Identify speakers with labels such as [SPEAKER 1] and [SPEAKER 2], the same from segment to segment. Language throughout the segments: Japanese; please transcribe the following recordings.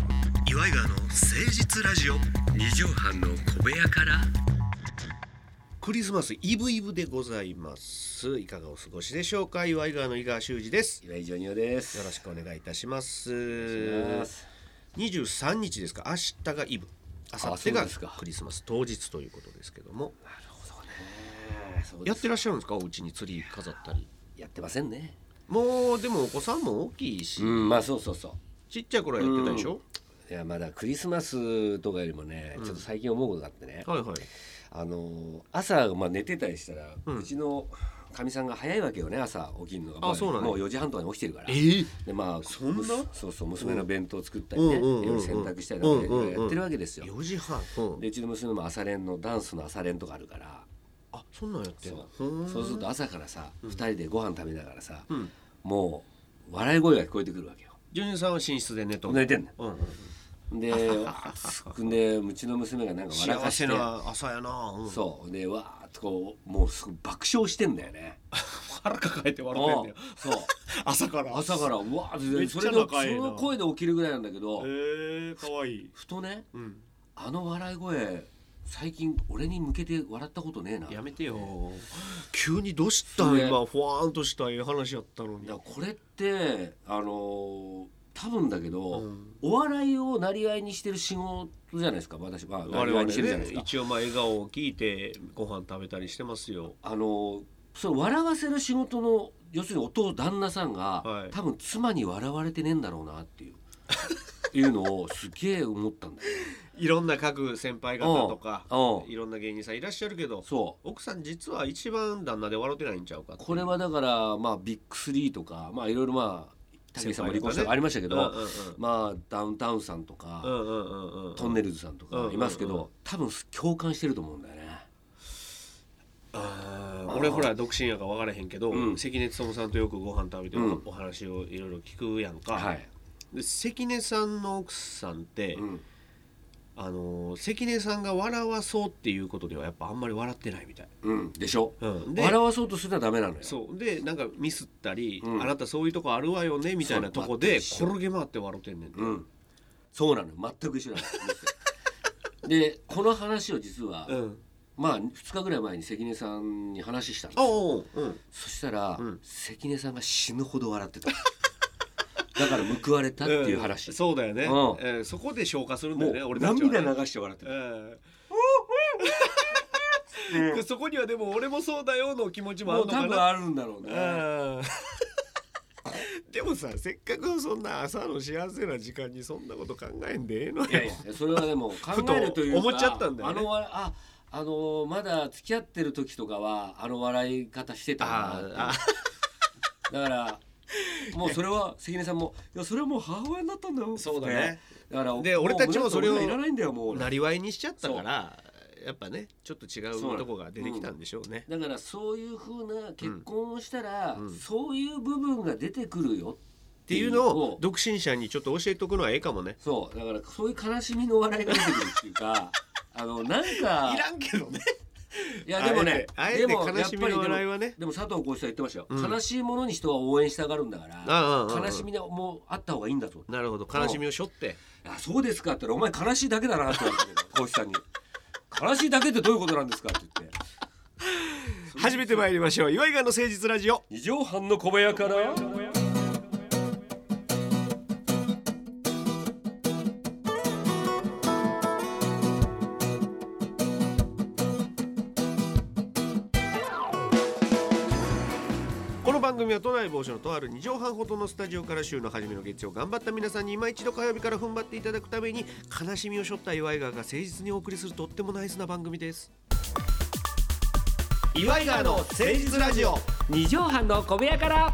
[SPEAKER 1] イガーの誠実ラジオ
[SPEAKER 2] 二畳半の小部屋から
[SPEAKER 1] クリスマスイブイブでございますいかがお過ごしでしょうか岩井川の井川修司です
[SPEAKER 2] 岩井ジョニオです
[SPEAKER 1] よろしくお願いいたします
[SPEAKER 2] す
[SPEAKER 1] 23日ですか明日がイブ明後日
[SPEAKER 2] そう
[SPEAKER 1] が
[SPEAKER 2] ですか
[SPEAKER 1] クリスマス当日ということですけども
[SPEAKER 2] なるほどねそうで
[SPEAKER 1] やっ
[SPEAKER 2] す
[SPEAKER 1] てらっしゃるんですかお家にツリー飾ったり
[SPEAKER 2] やってませんね
[SPEAKER 1] もうでもお子さんも大きいし、
[SPEAKER 2] うんまあそうそうそう
[SPEAKER 1] ちっちゃい頃はやってたでしょ、
[SPEAKER 2] いやまだクリスマスとかよりもね、ちょっと最近思うことがあってね、
[SPEAKER 1] はいはい
[SPEAKER 2] あの朝、まあ、寝てたりしたら、う
[SPEAKER 1] うん
[SPEAKER 2] ちのかみさんが早いわけよね朝起きるのがも
[SPEAKER 1] あそうなんや
[SPEAKER 2] もう4時半とかに起きてるから
[SPEAKER 1] ええ
[SPEAKER 2] でまあ
[SPEAKER 1] そんな
[SPEAKER 2] むそうそう娘の弁当作ったりね、
[SPEAKER 1] うんうんうんうん
[SPEAKER 2] 夜洗濯したりなんかいろいろやってるわけですよ、
[SPEAKER 1] 4時半、うん
[SPEAKER 2] でうちの娘も朝練のダンスの朝練とかあるから
[SPEAKER 1] あそんなんやってん
[SPEAKER 2] そ
[SPEAKER 1] の
[SPEAKER 2] うそうすると朝からさ、二人でご飯食べながらさ、
[SPEAKER 1] うん
[SPEAKER 2] もう笑い声が聞こえてくるわけよ
[SPEAKER 1] ジュニさんは寝室で寝とる
[SPEAKER 2] 寝てんね
[SPEAKER 1] うんうん
[SPEAKER 2] んで暑くんでうちの娘がなんか笑
[SPEAKER 1] 幸
[SPEAKER 2] かし
[SPEAKER 1] せ
[SPEAKER 2] て
[SPEAKER 1] な朝やな、うん、
[SPEAKER 2] そうでわーっとこうもうすごい爆笑してんだよね
[SPEAKER 1] 腹抱えて笑
[SPEAKER 2] うんそう
[SPEAKER 1] 朝から
[SPEAKER 2] 朝からうわーって
[SPEAKER 1] めっ
[SPEAKER 2] で
[SPEAKER 1] ち
[SPEAKER 2] そ
[SPEAKER 1] ゃ
[SPEAKER 2] れの
[SPEAKER 1] 仲ええな
[SPEAKER 2] その声で起きるぐらいなんだけど、
[SPEAKER 1] えー、かわいい、
[SPEAKER 2] ふとね
[SPEAKER 1] うん、
[SPEAKER 2] あの笑い声最近俺に向けて笑ったことねえな
[SPEAKER 1] やめてよ急にどうしたん今ふわーんとしたええ話やったの
[SPEAKER 2] い
[SPEAKER 1] に
[SPEAKER 2] やこれってあのー多分だけど、
[SPEAKER 1] うん
[SPEAKER 2] お笑いをなりわいにしてる仕事じゃないですか私はな
[SPEAKER 1] 我
[SPEAKER 2] り
[SPEAKER 1] 々
[SPEAKER 2] わいにしてるじゃない
[SPEAKER 1] ね
[SPEAKER 2] ですか、
[SPEAKER 1] 一応まあ笑顔を聞いてご飯食べたりしてますよ
[SPEAKER 2] あのーその笑わせる仕事の要するにお父旦那さんが、
[SPEAKER 1] はい
[SPEAKER 2] 多分妻に笑われてねえんだろうなっていう いうのをすげえ思った んだよ
[SPEAKER 1] いろんな各先輩方とか
[SPEAKER 2] うんうん
[SPEAKER 1] いろんな芸人さんいらっしゃるけど
[SPEAKER 2] そう
[SPEAKER 1] 奥さん実は一番旦那で笑ってないんちゃうかっていう
[SPEAKER 2] これはだからまあビッグスリーとかまあいろいろまあ武井さんも離婚した
[SPEAKER 1] 先輩とかね
[SPEAKER 2] ありましたけど、
[SPEAKER 1] うんうん
[SPEAKER 2] まあダウンタウンさんとか、
[SPEAKER 1] うんうんうんうんうん
[SPEAKER 2] トンネルズさんと
[SPEAKER 1] うんうん
[SPEAKER 2] か
[SPEAKER 1] うん
[SPEAKER 2] いますけど、多分共感してると思うんだよね。
[SPEAKER 1] あー俺ほら独身やから分からへんけど、
[SPEAKER 2] うん
[SPEAKER 1] 関根勤さんとよくご飯食べて
[SPEAKER 2] うん
[SPEAKER 1] お話をいろいろ聞くやんか、
[SPEAKER 2] はい、
[SPEAKER 1] で関根さんの奥さんって、
[SPEAKER 2] うん
[SPEAKER 1] あのー関根さんが笑わそうっていうことではやっぱあんまり笑ってないみたい、
[SPEAKER 2] うん、でしょ、
[SPEAKER 1] うん、で
[SPEAKER 2] 笑わそうとするのはダメなのよ。
[SPEAKER 1] そうでなんかミスったり、
[SPEAKER 2] うん
[SPEAKER 1] あなたそういうとこあるわよねみたいなとこで
[SPEAKER 2] そう全く一緒
[SPEAKER 1] 転げ回って笑ってんねんて、
[SPEAKER 2] うん、そうなのよ全く一緒な の。でこの話を実は、
[SPEAKER 1] うん、
[SPEAKER 2] まあ2日ぐらい前に関根さんに話したんです
[SPEAKER 1] あ
[SPEAKER 2] よ
[SPEAKER 1] おううん
[SPEAKER 2] そしたら、
[SPEAKER 1] うん
[SPEAKER 2] 関根さんが死ぬほど 笑ってただから報われたっていう話、
[SPEAKER 1] んそうだよね、
[SPEAKER 2] うん
[SPEAKER 1] えーそこで消化するんだ
[SPEAKER 2] も
[SPEAKER 1] よ
[SPEAKER 2] う
[SPEAKER 1] ね俺たちはね
[SPEAKER 2] 涙流して笑ってた、
[SPEAKER 1] ええでそこにはでも俺もそうだよの気持ちもあ
[SPEAKER 2] も
[SPEAKER 1] る
[SPEAKER 2] う
[SPEAKER 1] の
[SPEAKER 2] 多
[SPEAKER 1] か
[SPEAKER 2] 分
[SPEAKER 1] な
[SPEAKER 2] あるんだろうね、
[SPEAKER 1] うんでもさせっかくそんな朝の幸せな時間にそんなこと考えんでええのよ
[SPEAKER 2] いやいやそれはでも考えるという か
[SPEAKER 1] ふと思っちゃったんだよね
[SPEAKER 2] あのわああのまだ付き合ってる時とかはあの笑い方してたなって
[SPEAKER 1] あ
[SPEAKER 2] だからもうそれは関根さんも「いやそれはもう母親になったんだよ」
[SPEAKER 1] そうだね
[SPEAKER 2] ってだから
[SPEAKER 1] で
[SPEAKER 2] もう
[SPEAKER 1] 俺たちもそれを
[SPEAKER 2] 俺らいらないんだよもう
[SPEAKER 1] なりわいにしちゃったからやっぱねちょっと違
[SPEAKER 2] そうな
[SPEAKER 1] う
[SPEAKER 2] の
[SPEAKER 1] とこが出てきたんでしょうね、
[SPEAKER 2] だからそういうふうな結婚をしたら、
[SPEAKER 1] うん
[SPEAKER 2] そういう部分が出てくるよっ
[SPEAKER 1] っていうのを独身者にちょっと教えとくのはええかもね
[SPEAKER 2] そうだからそういう悲しみの笑いが出てくるっていうかあのな んか
[SPEAKER 1] いらんけどね
[SPEAKER 2] いやでもね
[SPEAKER 1] あえて
[SPEAKER 2] でも
[SPEAKER 1] あえて悲しみの笑いはね
[SPEAKER 2] でも佐藤浩市さん言ってましたよ、
[SPEAKER 1] うん
[SPEAKER 2] 悲しいものに人は応援したがるんだから
[SPEAKER 1] ああああ
[SPEAKER 2] 悲しみでもうあった方がいいんだと
[SPEAKER 1] なるほど悲しみを背負って
[SPEAKER 2] 「あそうですか」って言ったら「お前悲しいだけだな」って言われたけど浩市さんに「悲しいだけってどういうことなんですか?」って言って
[SPEAKER 1] 初めて参りましょう岩井川の誠実ラジオ
[SPEAKER 2] 「二畳半の小部屋から」
[SPEAKER 1] この番組は都内某所のとある2畳半ほどのスタジオから週の初めの月曜頑張った皆さんに今一度火曜日から踏ん張っていただくために悲しみを背負った岩井川が誠実にお送りするとってもナイスな番組です岩井川の誠実ラジオ
[SPEAKER 2] 二畳半の小部屋から。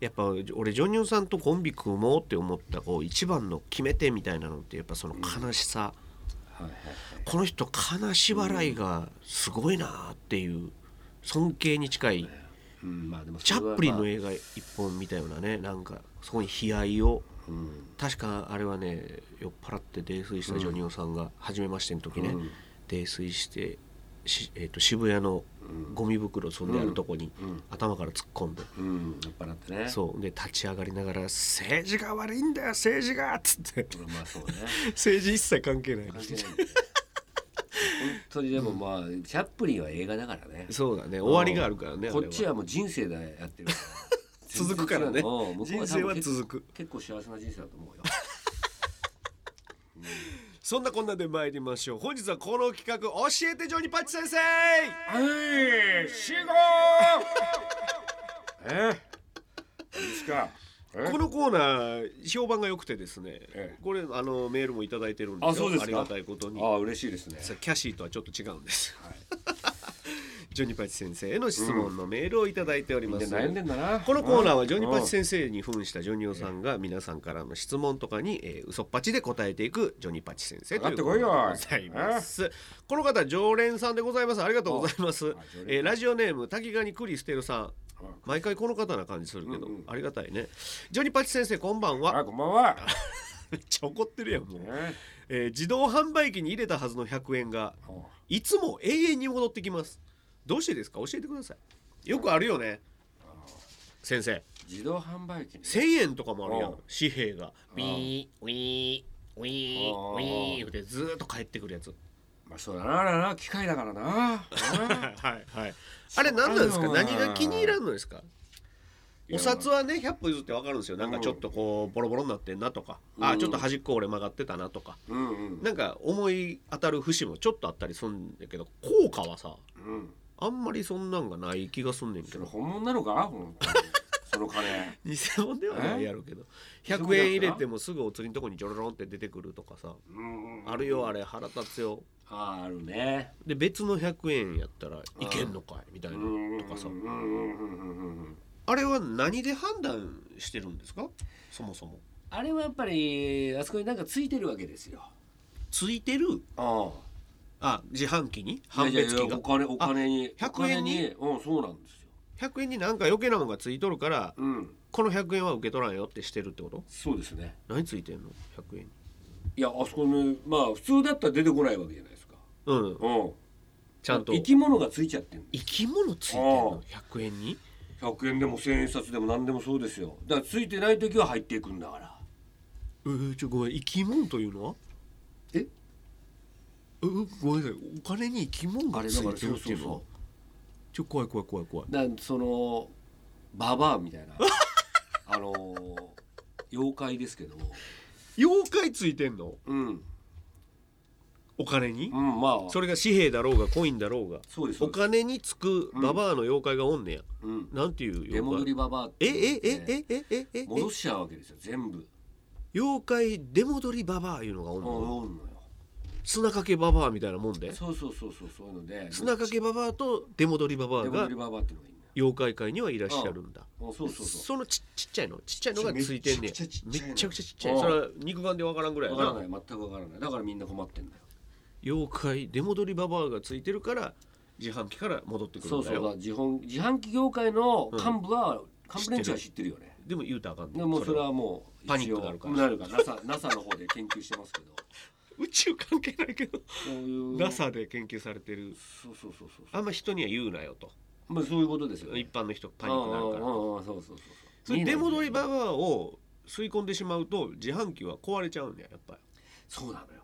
[SPEAKER 1] やっぱ俺ジョニオさんとコンビ組もうって思ったこう一番の決め手みたいなのってやっぱその悲しさ、この人悲し笑いがすごいなっていう尊敬に近い
[SPEAKER 2] うんまあでもそ
[SPEAKER 1] チ
[SPEAKER 2] れ
[SPEAKER 1] ャ
[SPEAKER 2] はまあ
[SPEAKER 1] ップリンの映画一本見たようなねなんかそこに悲哀を
[SPEAKER 2] うん
[SPEAKER 1] 確かあれはね酔っ払って泥酔したジョニオさんが初めましての時ね、
[SPEAKER 2] うん
[SPEAKER 1] 泥酔してしえー、と渋谷のゴミ袋そんであるとこに
[SPEAKER 2] うん
[SPEAKER 1] 頭から突っ込んで、
[SPEAKER 2] うん酔っ払ってね
[SPEAKER 1] そうで立ち上がりながら「政治が悪いんだよ政治が」っつって
[SPEAKER 2] うんまあそうね
[SPEAKER 1] 政治一切関係ない
[SPEAKER 2] 関係ないんだよ本当にでもまあチャップリンは映画だからね
[SPEAKER 1] そうだね終わりがあるからねあれ
[SPEAKER 2] こ
[SPEAKER 1] は
[SPEAKER 2] っちはもう人生でやってるから
[SPEAKER 1] 続くからね
[SPEAKER 2] 全然違ううん向こう
[SPEAKER 1] 人生は
[SPEAKER 2] 多分
[SPEAKER 1] 続く
[SPEAKER 2] 結構幸せな人生だと思うよ
[SPEAKER 1] そんなこんなで参りましょう本日はこの企画教えてジョニーパッチ先生
[SPEAKER 2] はい死後えですかえ
[SPEAKER 1] このコーナー評判が良くてですね、
[SPEAKER 2] ええ
[SPEAKER 1] これあのメールもいただいてるんですよ
[SPEAKER 2] あそうですか
[SPEAKER 1] りがたいことに
[SPEAKER 2] ああ嬉しいですね
[SPEAKER 1] さキャシーとはちょっと違うんです、 ジョニーパチ先生への質問のメールをいただいており
[SPEAKER 2] みん
[SPEAKER 1] ま
[SPEAKER 2] な
[SPEAKER 1] す、
[SPEAKER 2] 悩んでんだな
[SPEAKER 1] このコーナー
[SPEAKER 2] う
[SPEAKER 1] は
[SPEAKER 2] ん
[SPEAKER 1] ジョニーパチ先生に扮したジョニオさんが皆さんからの質問とかに、えー、嘘っぱちで答えていくジョニーパチ先生というコーナーでございますこの方常連さんでございますありがとうございます
[SPEAKER 2] あ常連、
[SPEAKER 1] えーラジオネーム滝ガニクリステルさん
[SPEAKER 2] うん
[SPEAKER 1] 毎回この方な感じするけど、
[SPEAKER 2] うんうん
[SPEAKER 1] ありがたいねジョニーパチ先生こんばん
[SPEAKER 2] あ
[SPEAKER 1] は
[SPEAKER 2] こんばんは、
[SPEAKER 1] めっちゃ怒ってるやんもう、
[SPEAKER 2] ね
[SPEAKER 1] えー自動販売機に入れたはずの100円が
[SPEAKER 2] ほう
[SPEAKER 1] いつも永遠に戻ってきます。どうしてですか教えてください。よくあるよね。先生、
[SPEAKER 2] 自動販売機に
[SPEAKER 1] 千円とかもあるや
[SPEAKER 2] うんん。
[SPEAKER 1] 紙幣が。
[SPEAKER 2] う
[SPEAKER 1] ウ
[SPEAKER 2] ん
[SPEAKER 1] ィー、ウィー、ウィー、ウィーってずーっと返ってくるやつ。
[SPEAKER 2] まあそうだなあれな機械だからな
[SPEAKER 1] はいはい。あれ何なんですか
[SPEAKER 2] そうなの
[SPEAKER 1] 何が気に入らんのですか
[SPEAKER 2] いや
[SPEAKER 1] お札はね、100歩譲ってわかるんですよ。なんかちょっとこう、ボロボロになってんなとか、あ、
[SPEAKER 2] うん
[SPEAKER 1] ちょっと端っこ俺曲がってたなとか、
[SPEAKER 2] うんうん
[SPEAKER 1] なんか思い当たる節もちょっとあったりするんだけど、効果はさ、
[SPEAKER 2] うん
[SPEAKER 1] あんまりそんなんがない気がすんねんけ
[SPEAKER 2] そ
[SPEAKER 1] ど
[SPEAKER 2] れ。本物なのか本当にその金
[SPEAKER 1] 偽物ではないやろうけど100円入れてもすぐお釣りのとこにジョロロンって出てくるとかさ
[SPEAKER 2] うん
[SPEAKER 1] あるよあれ腹立つよ
[SPEAKER 2] あーあるね
[SPEAKER 1] で別の100円やったらいけんのかいみたいな
[SPEAKER 2] うん
[SPEAKER 1] とかさ
[SPEAKER 2] うんうんうんうんうん
[SPEAKER 1] あれは何で判断してるんですかそもそも
[SPEAKER 2] あれはやっぱりあそこになんかついてるわけですよ
[SPEAKER 1] ついてる
[SPEAKER 2] ああ
[SPEAKER 1] あ自販機に判別
[SPEAKER 2] いや
[SPEAKER 1] 機
[SPEAKER 2] いや
[SPEAKER 1] が
[SPEAKER 2] お金お金に
[SPEAKER 1] あ
[SPEAKER 2] お金
[SPEAKER 1] 100
[SPEAKER 2] うんそうなんですよ
[SPEAKER 1] 100円になんか余計なもんがついとるから
[SPEAKER 2] うん
[SPEAKER 1] この100円は受け取らんよってしてるってこと
[SPEAKER 2] そうですね
[SPEAKER 1] 何ついてんの100円に
[SPEAKER 2] いやあそこにまあ普通だったら出てこないわけじゃないですか
[SPEAKER 1] うん
[SPEAKER 2] うん
[SPEAKER 1] ちゃんと
[SPEAKER 2] 生き物がついちゃってる
[SPEAKER 1] 生き物ついてんの100円に
[SPEAKER 2] 100円でも1000円札でも何でもそうですよだからついてない時は入っていくんだから
[SPEAKER 1] えー、ちょごめん生き物というのは
[SPEAKER 2] え
[SPEAKER 1] えごめんなさいお金に生き物がついてるっていうのは
[SPEAKER 2] あれだからそうそうそ
[SPEAKER 1] ちょ怖い怖い怖い怖い
[SPEAKER 2] だからそのババアみ たいなあの妖怪ですけど
[SPEAKER 1] 妖怪ついてんの
[SPEAKER 2] うん
[SPEAKER 1] お金に
[SPEAKER 2] うんまあ
[SPEAKER 1] それが紙幣だろうがコインだろうが
[SPEAKER 2] そうですそ
[SPEAKER 1] お
[SPEAKER 2] うです
[SPEAKER 1] 金につくババアの妖怪がおんねや、
[SPEAKER 2] うん
[SPEAKER 1] なんていう
[SPEAKER 2] 出戻
[SPEAKER 1] 妖怪
[SPEAKER 2] りババアっ
[SPEAKER 1] え
[SPEAKER 2] て
[SPEAKER 1] え
[SPEAKER 2] 言って
[SPEAKER 1] ええええええ
[SPEAKER 2] 戻しちゃうわけですよ全部
[SPEAKER 1] 妖怪出戻りババアいうのがお
[SPEAKER 2] うんん
[SPEAKER 1] の
[SPEAKER 2] おんのよ
[SPEAKER 1] 砂かけババアみたいなもんで
[SPEAKER 2] そうそうそうそうそういうので
[SPEAKER 1] 砂かけババアと出戻りババア
[SPEAKER 2] 出
[SPEAKER 1] が
[SPEAKER 2] 戻りババアっていうのがいいんだよ
[SPEAKER 1] 妖怪界にはいらっしゃるんだ
[SPEAKER 2] うんそうそうそう
[SPEAKER 1] そのちちっちゃいのちっちゃいのがついてんねんめ
[SPEAKER 2] めちゃくちゃちっちゃいの
[SPEAKER 1] ちゃくちゃちっちゃい
[SPEAKER 2] うん
[SPEAKER 1] それは肉眼でわからんぐらいや
[SPEAKER 2] わから
[SPEAKER 1] な
[SPEAKER 2] ない全くわからないだからみんな困ってんだよ
[SPEAKER 1] 妖怪出戻りババアがついてるから自販機から戻ってくる
[SPEAKER 2] そ
[SPEAKER 1] ん
[SPEAKER 2] う
[SPEAKER 1] だ
[SPEAKER 2] そうだから
[SPEAKER 1] よ
[SPEAKER 2] 自販自販機業界の幹部は、幹部連中は知ってるよね
[SPEAKER 1] でも言うたらあかんね
[SPEAKER 2] でもうそれ
[SPEAKER 1] は
[SPEAKER 2] はもう
[SPEAKER 1] パニックになるから
[SPEAKER 2] なるから NASA, NASA の方で研究してますけど
[SPEAKER 1] 宇宙関係ないけど
[SPEAKER 2] そういう
[SPEAKER 1] NASA で研究されてる
[SPEAKER 2] そうそうそうそう
[SPEAKER 1] あんま人には言うなよと
[SPEAKER 2] まあそういうことですよね
[SPEAKER 1] 一般の人パニックになるから
[SPEAKER 2] うんうんうんそうそうそう
[SPEAKER 1] それ出戻りババアを吸い込んでしまうと自販機は壊れちゃうんだよやっぱり
[SPEAKER 2] そうなのよ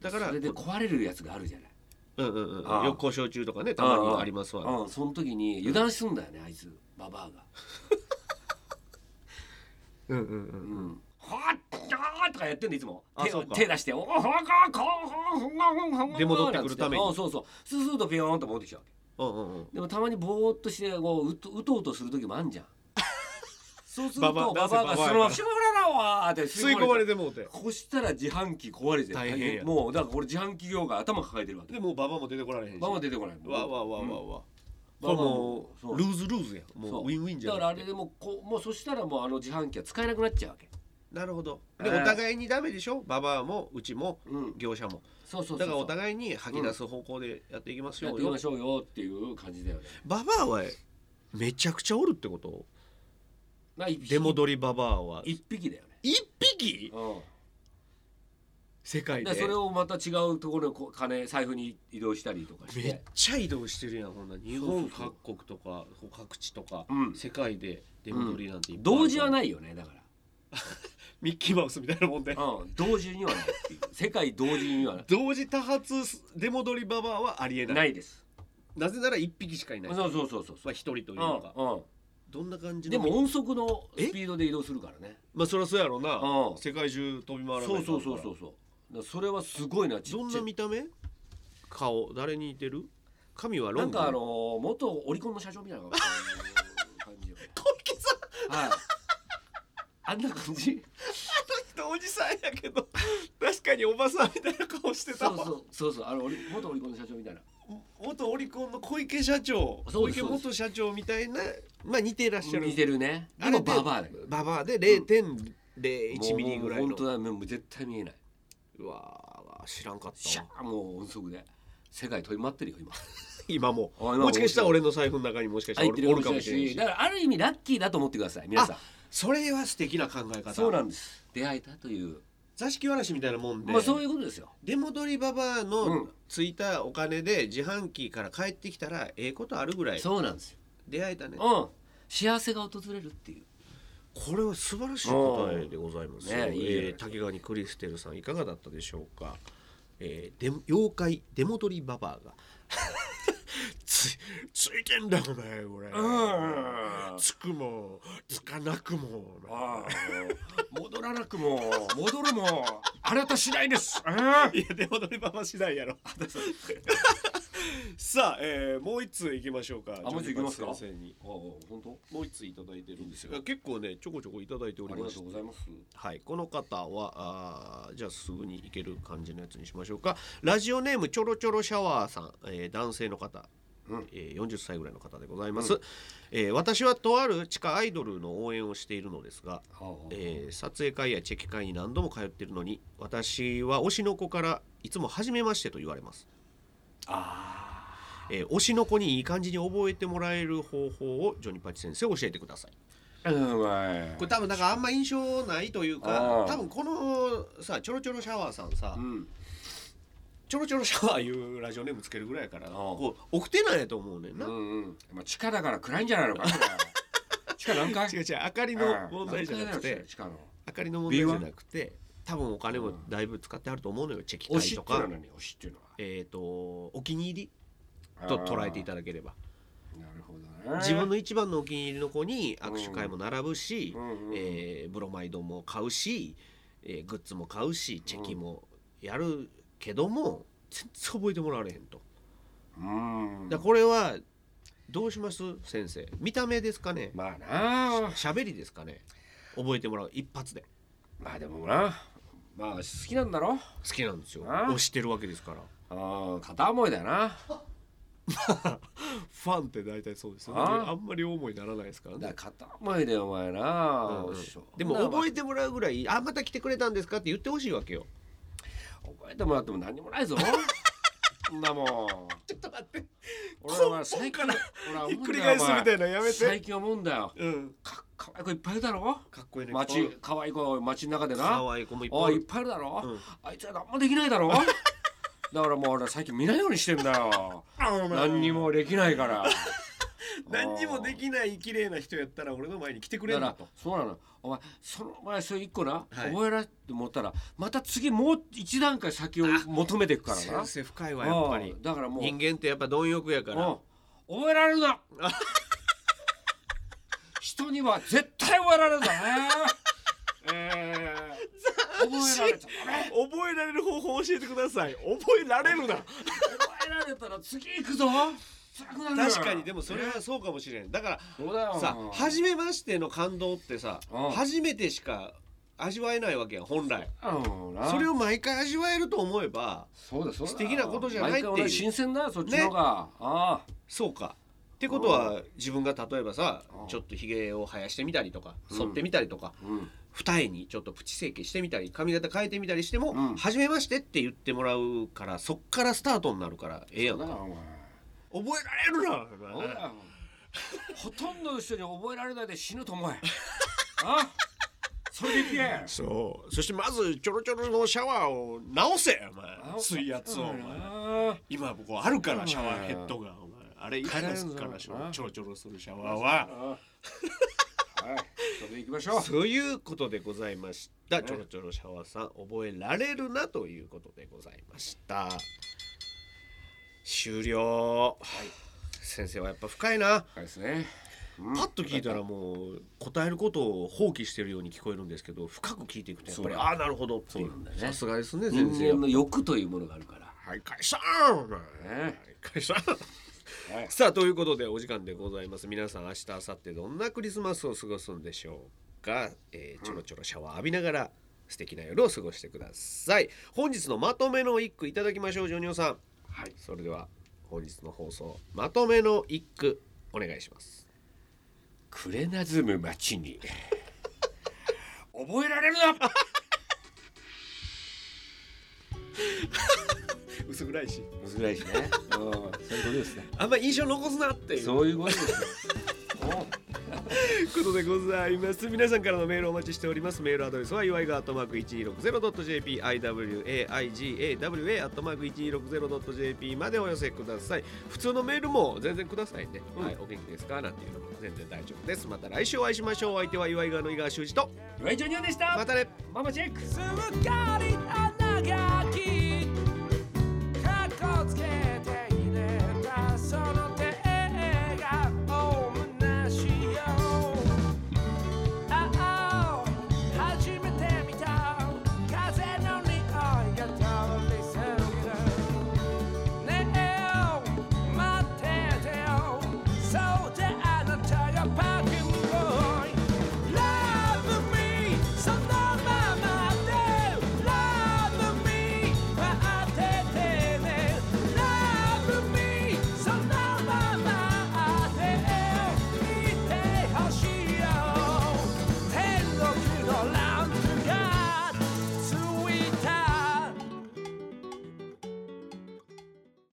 [SPEAKER 1] だから
[SPEAKER 2] それで壊れるやつがあるじゃない
[SPEAKER 1] うんうんうん
[SPEAKER 2] ああ
[SPEAKER 1] よく故障中とかねたまにありますわね
[SPEAKER 2] うんその時に油断すんだよねあいつババアが
[SPEAKER 1] うんうんうん
[SPEAKER 2] うんはっちゃーとかやってんのいつも
[SPEAKER 1] あ
[SPEAKER 2] 手
[SPEAKER 1] そうか
[SPEAKER 2] 手出しておーほかこーほんほんほんほんほん
[SPEAKER 1] で戻ってくるために
[SPEAKER 2] なんつってうんそうそうスースーとピヨーンと戻ってきちゃうわけ
[SPEAKER 1] うんうんうん
[SPEAKER 2] でもたまにぼーっとしてこううとうとうとする時もあんじゃん そうする
[SPEAKER 1] バ
[SPEAKER 2] と
[SPEAKER 1] バな
[SPEAKER 2] ババ
[SPEAKER 1] ぜ
[SPEAKER 2] ア
[SPEAKER 1] バ
[SPEAKER 2] が
[SPEAKER 1] バアが
[SPEAKER 2] そのままシュララワーって
[SPEAKER 1] 吸い込まれてもうて
[SPEAKER 2] こしたら自販機壊れて
[SPEAKER 1] 大変や
[SPEAKER 2] もうだからこれ自販機業が頭抱えてるわけ
[SPEAKER 1] でもうババも出てこられへんし
[SPEAKER 2] ババア出てこないもん
[SPEAKER 1] わわわ
[SPEAKER 2] うん
[SPEAKER 1] わわ、こ
[SPEAKER 2] ババ
[SPEAKER 1] れ
[SPEAKER 2] ア
[SPEAKER 1] も
[SPEAKER 2] そう
[SPEAKER 1] ルーズルーズや
[SPEAKER 2] そ
[SPEAKER 1] もうウィンウィンじゃ
[SPEAKER 2] だから
[SPEAKER 1] な
[SPEAKER 2] あ
[SPEAKER 1] く
[SPEAKER 2] れ
[SPEAKER 1] て
[SPEAKER 2] でもこうもうそしたらもうあの自販機は使えなくなっちゃうわけ
[SPEAKER 1] なるほどで、
[SPEAKER 2] えー
[SPEAKER 1] お互いにダメでしょババアもうちも
[SPEAKER 2] うん
[SPEAKER 1] 業者も
[SPEAKER 2] そうそうそうそう
[SPEAKER 1] だからお互いに吐き出す方向でやっていきます
[SPEAKER 2] やっ
[SPEAKER 1] よ、
[SPEAKER 2] ていきましょうよっていう感じだよね
[SPEAKER 1] ババアはめちゃくちゃおるってこと
[SPEAKER 2] まあ一匹
[SPEAKER 1] 出戻りババアは
[SPEAKER 2] 一匹だよね
[SPEAKER 1] 一匹
[SPEAKER 2] うん
[SPEAKER 1] 世界で
[SPEAKER 2] でそれをまた違うところのこ金財布に移動したりとかし
[SPEAKER 1] めってちゃ移動してるやんこんな日
[SPEAKER 2] そうそ
[SPEAKER 1] 本
[SPEAKER 2] うそう
[SPEAKER 1] 各国とかこう各地とか、
[SPEAKER 2] うん
[SPEAKER 1] 世界で出戻りなんていっぱいある
[SPEAKER 2] 同時はないよねだか
[SPEAKER 1] ミッキーマウスみたいなもんで
[SPEAKER 2] ら、うん、同時にはないっていう世界同時にはない
[SPEAKER 1] 同時多発出戻りババアはありえない
[SPEAKER 2] ないです
[SPEAKER 1] なぜなら一匹しかいない
[SPEAKER 2] そうそうそうそう
[SPEAKER 1] まあ、一人という
[SPEAKER 2] うん
[SPEAKER 1] か、
[SPEAKER 2] うん
[SPEAKER 1] どんな感じの
[SPEAKER 2] でも音速のスピードで移動するからね
[SPEAKER 1] まあそりゃそうやろうな、
[SPEAKER 2] うん
[SPEAKER 1] 世界中飛び回らない
[SPEAKER 2] そうそう
[SPEAKER 1] か
[SPEAKER 2] そ
[SPEAKER 1] んから
[SPEAKER 2] うそうそうだからそれはすごいなちっちゃい
[SPEAKER 1] どんな見た目顔誰に似てる髪はロ
[SPEAKER 2] な
[SPEAKER 1] ン
[SPEAKER 2] ん
[SPEAKER 1] グ
[SPEAKER 2] かあのー元オリコンの社長みたいな感じよ
[SPEAKER 1] 小池さん
[SPEAKER 2] はいあんな感じ
[SPEAKER 1] のおじさんやけど 確かにおばさんみたいな顔してた
[SPEAKER 2] そう
[SPEAKER 1] わ
[SPEAKER 2] そうそうそうあのオリ元オリコンの社長みたいな
[SPEAKER 1] 元オリコンの小池社長
[SPEAKER 2] そう
[SPEAKER 1] 小
[SPEAKER 2] です
[SPEAKER 1] 池元社長みたいなまあ似てらっしゃる
[SPEAKER 2] 似てるねでもババアだよ
[SPEAKER 1] ババアで0.01ミリぐらい
[SPEAKER 2] もう
[SPEAKER 1] の
[SPEAKER 2] 本当だもう絶対見えないう
[SPEAKER 1] わー知らんかっ
[SPEAKER 2] シ
[SPEAKER 1] た
[SPEAKER 2] ャ
[SPEAKER 1] わ
[SPEAKER 2] ーもう音速で世界飛び回ってるよ今
[SPEAKER 1] 今も
[SPEAKER 2] あ今
[SPEAKER 1] もしかしたら俺の財布の中にもしかしたら
[SPEAKER 2] 入って
[SPEAKER 1] 俺
[SPEAKER 2] る
[SPEAKER 1] お
[SPEAKER 2] か
[SPEAKER 1] る
[SPEAKER 2] も
[SPEAKER 1] か
[SPEAKER 2] し
[SPEAKER 1] も
[SPEAKER 2] れ
[SPEAKER 1] しれ
[SPEAKER 2] し
[SPEAKER 1] ないい
[SPEAKER 2] だ
[SPEAKER 1] し
[SPEAKER 2] からある意味ラッキーだと思ってください皆さん
[SPEAKER 1] それは素敵な考え
[SPEAKER 2] そうな
[SPEAKER 1] 方
[SPEAKER 2] んです出会えたという
[SPEAKER 1] 座敷わらしみたいなもんで
[SPEAKER 2] まあそういうことですよ
[SPEAKER 1] 出戻りババア
[SPEAKER 2] う
[SPEAKER 1] の
[SPEAKER 2] ん
[SPEAKER 1] ついたお金で自販機から帰ってきたらええことあるぐらい
[SPEAKER 2] そうなんですよ
[SPEAKER 1] 出会えたね
[SPEAKER 2] うん幸せが訪れるっていう
[SPEAKER 1] これは素晴らしい答えでございますよ、
[SPEAKER 2] ねいいじゃない
[SPEAKER 1] えー滝川にクリステルさんいかがだったでしょうか、えー、で妖怪出戻りバ バアがつついてんだよねこれ
[SPEAKER 2] うん
[SPEAKER 1] つくもつかなくも
[SPEAKER 2] ああ、戻らなくも、戻る も、あなた次第です。
[SPEAKER 1] いや出戻りババア次第やろさあ、えー、もう一通いきましょうか
[SPEAKER 2] あもう一通いきますか
[SPEAKER 1] ジョニーパンチ先生に
[SPEAKER 2] 本当。
[SPEAKER 1] もう一通いただいてるんです
[SPEAKER 2] いい
[SPEAKER 1] が結構ねちょこちょこいただいてお
[SPEAKER 2] あ
[SPEAKER 1] り
[SPEAKER 2] り
[SPEAKER 1] ま
[SPEAKER 2] が
[SPEAKER 1] し
[SPEAKER 2] と
[SPEAKER 1] て
[SPEAKER 2] うございます。
[SPEAKER 1] はい、この方はあーじゃあすぐに行ける感じのやつにしましょうかラジオネームちょろちょろシャワーさん、えー男性の方、
[SPEAKER 2] うん
[SPEAKER 1] えー40歳ぐらいの方でございます、えー私はとある地下アイドルの応援をしているのですが、えー撮影会やチェキ会に何度も通っているのに私は推しの子からいつも「初めまして」と言われます、
[SPEAKER 2] あ
[SPEAKER 1] えー推しの子にいい感じに覚えてもらえる方法をジョニパチ先生教えてください
[SPEAKER 2] あ、うまい
[SPEAKER 1] これ多分なんかあんま印象ないという
[SPEAKER 2] あ
[SPEAKER 1] か
[SPEAKER 2] ー
[SPEAKER 1] 多分このさちょろちょろシャワーさんさ、
[SPEAKER 2] うん、
[SPEAKER 1] ちょろちょろシャワーいうラジオネームつけるぐらいやから
[SPEAKER 2] ん
[SPEAKER 1] こう奥手なんやと思うねん
[SPEAKER 2] う
[SPEAKER 1] な、
[SPEAKER 2] ん、うん、まあ、地下だから暗いんじゃないのかな。こ れ地下何階。
[SPEAKER 1] 違う違う明かりの問題じゃなく
[SPEAKER 2] うん
[SPEAKER 1] て
[SPEAKER 2] 地下の。
[SPEAKER 1] 明かりの問題じゃなくて多分お金もだいぶ使ってあると思うのよチェキ
[SPEAKER 2] 推
[SPEAKER 1] 会
[SPEAKER 2] し
[SPEAKER 1] と
[SPEAKER 2] っていうの
[SPEAKER 1] か
[SPEAKER 2] は、何、推しっていうのは。
[SPEAKER 1] えっ、とお気に入りと捉えていただければ
[SPEAKER 2] あー。なるほどね。
[SPEAKER 1] 自分の一番のお気に入りの子に握手会も並ぶし、
[SPEAKER 2] うんうんうん
[SPEAKER 1] えーブロマイドも買うし、えーグッズも買うしチェキもやるけども全然覚えてもらわれへんと。
[SPEAKER 2] うん。
[SPEAKER 1] だからこれはどうします先生見た目ですかね
[SPEAKER 2] まあなあ。
[SPEAKER 1] 喋りですかね覚えてもらう一発で
[SPEAKER 2] まあ、でもな。まあ、好きなんだろ
[SPEAKER 1] 好きなんですよ
[SPEAKER 2] あー
[SPEAKER 1] 推してるわけですから
[SPEAKER 2] ああ、片思いだよな。
[SPEAKER 1] ファンって大体そうです
[SPEAKER 2] よねあ
[SPEAKER 1] んまり思いにならないですから
[SPEAKER 2] だから片思いだよお前な、
[SPEAKER 1] でも覚え
[SPEAKER 2] て
[SPEAKER 1] てもらうぐらい「あまた来てくれたんですか?」って言ってほしいわけよ
[SPEAKER 2] 覚えてもらっても何もな いぞそんなもん
[SPEAKER 1] ちょっと待って
[SPEAKER 2] 俺
[SPEAKER 1] こん
[SPEAKER 2] はお前最
[SPEAKER 1] こ
[SPEAKER 2] 近
[SPEAKER 1] んか
[SPEAKER 2] 俺は思うんだよ
[SPEAKER 1] ひっくり返すみたいなのやめて
[SPEAKER 2] お前最近思うんだよ
[SPEAKER 1] うん
[SPEAKER 2] かかわいい子いっぱいいるだろ
[SPEAKER 1] かっこいいね
[SPEAKER 2] 街かわいい子街の中でな
[SPEAKER 1] 可愛い子もいっ
[SPEAKER 2] あ
[SPEAKER 1] ぱ
[SPEAKER 2] い
[SPEAKER 1] い
[SPEAKER 2] っぱいいるだろ、
[SPEAKER 1] うん
[SPEAKER 2] あいつら何もできないだろだからもう俺最近見ないようにしてんだよ何にもできないから
[SPEAKER 1] 何にもできない綺麗な人やったら俺の前に来てくれ
[SPEAKER 2] だ
[SPEAKER 1] ん
[SPEAKER 2] か
[SPEAKER 1] な
[SPEAKER 2] ら
[SPEAKER 1] と
[SPEAKER 2] そうなのお前その前それ一個な、
[SPEAKER 1] はい
[SPEAKER 2] 覚えられて思ったらまた次もう一段階先を求めていくからな
[SPEAKER 1] 先生深いわやっぱり
[SPEAKER 2] うんだからもう
[SPEAKER 1] 人間ってやっぱ貪欲やから
[SPEAKER 2] うん覚えられるな 人には絶対覚えられるんだねえ ー、覚えられちゃダメ
[SPEAKER 1] 覚えられる方法教えてください覚えられるな
[SPEAKER 2] 覚えられたら次行くぞ辛くなるよ
[SPEAKER 1] 確かにでもそれはそうかもしれんだから
[SPEAKER 2] そうだよ
[SPEAKER 1] さ初めましての感動ってさ
[SPEAKER 2] うん
[SPEAKER 1] 初めてしか味わえないわけやん本来
[SPEAKER 2] うんな
[SPEAKER 1] それを毎回味わえると思えば
[SPEAKER 2] そうだそうだ
[SPEAKER 1] 素敵なことじゃないっていう
[SPEAKER 2] 毎回俺新鮮だそっちのが、ああ
[SPEAKER 1] そうかってことは自分が例えばさ
[SPEAKER 2] うん
[SPEAKER 1] ちょっとひげを生やしてみたりとか
[SPEAKER 2] うん
[SPEAKER 1] 剃ってみたりとか
[SPEAKER 2] うん
[SPEAKER 1] 二重にちょっとプチ整形してみたり髪型変えてみたりしても
[SPEAKER 2] う
[SPEAKER 1] 「
[SPEAKER 2] ん
[SPEAKER 1] 初めまして」って言ってもらうからそっからスタートになるからええやん
[SPEAKER 2] だ
[SPEAKER 1] か
[SPEAKER 2] お前
[SPEAKER 1] 覚えられるな
[SPEAKER 2] そうだよほとんどの人に覚えられないで死ぬと思えあそれでいけ
[SPEAKER 1] そうそしてまずちょろちょろのシャワーを直せお 前水圧をお前
[SPEAKER 2] 前
[SPEAKER 1] 今ここあるか
[SPEAKER 2] う
[SPEAKER 1] ら
[SPEAKER 2] ん
[SPEAKER 1] シャワーヘッドがお前あれいかがですか
[SPEAKER 2] 買えるぞな
[SPEAKER 1] ちょろちょろするシャワーは
[SPEAKER 2] はいそれでいきましょう
[SPEAKER 1] そういうことでございました。
[SPEAKER 2] ね
[SPEAKER 1] ちょろちょろシャワーさん覚えられるなということでございました。終了。先生はやっぱ深いな。
[SPEAKER 2] はいですね
[SPEAKER 1] パッと聞いたらもう答えることを放棄してるように聞こえるんですけど、深く聞いていくとやっぱり
[SPEAKER 2] そう
[SPEAKER 1] ああなるほどっていう
[SPEAKER 2] そうなんだよね
[SPEAKER 1] さすがですね
[SPEAKER 2] 人
[SPEAKER 1] 先生
[SPEAKER 2] 間。の欲というものがあるから
[SPEAKER 1] はい解散。はい
[SPEAKER 2] ね
[SPEAKER 1] 解散。さあということでお時間でございます皆さん明日明後日どんなクリスマスを過ごすんでしょうか、えーちょろちょろシャワー浴びながら素敵な夜を過ごしてください本日のまとめの一句いただきましょうジョニオさん
[SPEAKER 2] はい
[SPEAKER 1] それでは本日の放送まとめの一句お願いします
[SPEAKER 2] くれなずむ町 に覚えられるな
[SPEAKER 1] 薄暗いし
[SPEAKER 2] 薄暗いしねうんそういうことですね
[SPEAKER 1] あんま印象残すなっていう
[SPEAKER 2] そういうことですね
[SPEAKER 1] ということでございます皆さんからのメールをお待ちしておりますメールアドレスは祝いがアットマーク 1260.jp iwaigawa アットマーク 1260.jp までお寄せください普通のメールも全然くださいね、
[SPEAKER 2] うん
[SPEAKER 1] はい、お元気ですかなんていうのも全然大丈夫ですまた来週お会いしましょうお相手は祝いがの井川修司と
[SPEAKER 2] 岩井ジョニオでした
[SPEAKER 1] またね
[SPEAKER 2] ママチェック
[SPEAKER 3] すっかり穴が開き